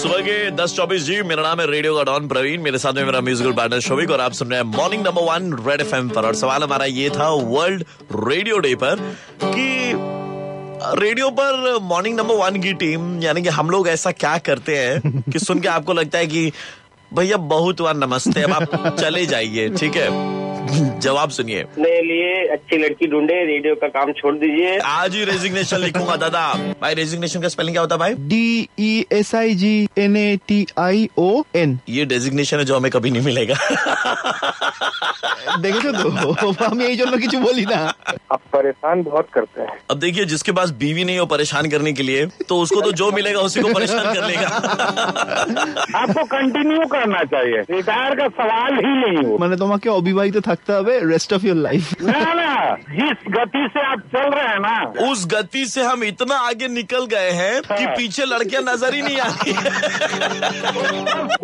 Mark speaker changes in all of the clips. Speaker 1: सुबह के दस चौबीस जी मेरा नाम है रेडियो का डॉन प्रवीण मेरे साथ में मेरा म्यूजिकल पार्टनर शोभिक और आप सुन रहे हैं morning number one red F पर और सवाल हमारा ये था वर्ल्ड रेडियो डे पर कि रेडियो पर मॉर्निंग नंबर वन की टीम यानी कि हम लोग ऐसा क्या करते हैं कि सुन के आपको लगता है कि भैया बहुत बार नमस्ते अब आप चले जाइए ठीक है जवाब सुनिए
Speaker 2: अपने लिए अच्छी लड़की ढूंढे रेडियो का काम छोड़ दीजिए
Speaker 1: आज ही रेजिग्नेशन लिखूंगा दादा भाई रेजिग्नेशन का स्पेलिंग क्या होता है भाई
Speaker 3: D E S I G N A T I O N
Speaker 1: ये डेजिग्नेशन है जो हमें कभी नहीं मिलेगा
Speaker 3: देखे तो हम यही जो कुछ बोली ना
Speaker 2: आप परेशान बहुत करते हैं
Speaker 1: अब देखिए जिसके पास बीवी नहीं हो परेशान करने के लिए तो उसको तो जो मिलेगा उसी को परेशान कर लेगा
Speaker 2: आपको कंटिन्यू करना चाहिए रिटायर का सवाल ही नहीं हो
Speaker 3: মানে তোমাকে অবিবাহিত থাকতে হবে রেস্ট অফ ইউর লাইফ
Speaker 2: ना ना जिस गति से आप चल रहे हैं ना
Speaker 1: उस गति से हम इतना आगे निकल गए हैं कि पीछे लड़कियां नजर ही नहीं आती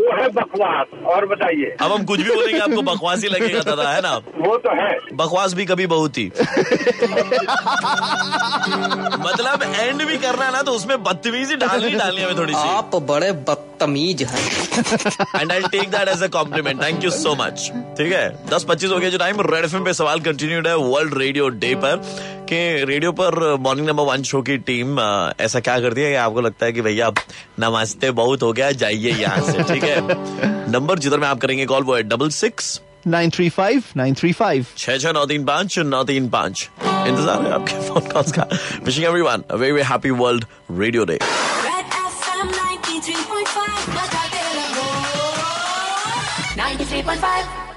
Speaker 2: वो है बकवास और बताइए
Speaker 1: अब हम कुछ भी बोलेंगे आपको बकवास ही लगेगा दादा है ना
Speaker 2: वो तो है
Speaker 1: बकवास भी कभी बहुत थी मतलब एंड भी करना है ना तो उसमें बदतमीजी डालनी ही डालनी है हमें थोड़ी सी
Speaker 4: आप बड़े बदतमीज हैं
Speaker 1: and I take that as a compliment thank you so much ठीक है दस पच्चीस हो गया जो टाइम रेड एफ पे सवाल कंटिन्यूड है वर्ल्ड रेडियो डे पर कि रेडियो पर मॉर्निंग नंबर वन शो की टीम अ, ऐसा क्या करती है कि आपको लगता है कि भैया अब नमस्ते बहुत हो गया जाइए यहाँ से ठीक है नंबर जिधर में आप करेंगे कॉल वो है double six
Speaker 3: nine three five nine three five
Speaker 1: छह छह नौ तीन पाँच नौ तीन पाँच इंतजार है आपके फोन कॉल्स का विशिंग एवरीवन अ very happy world radio day
Speaker 5: Red FM 93.5. Basta telemundo. 93.5.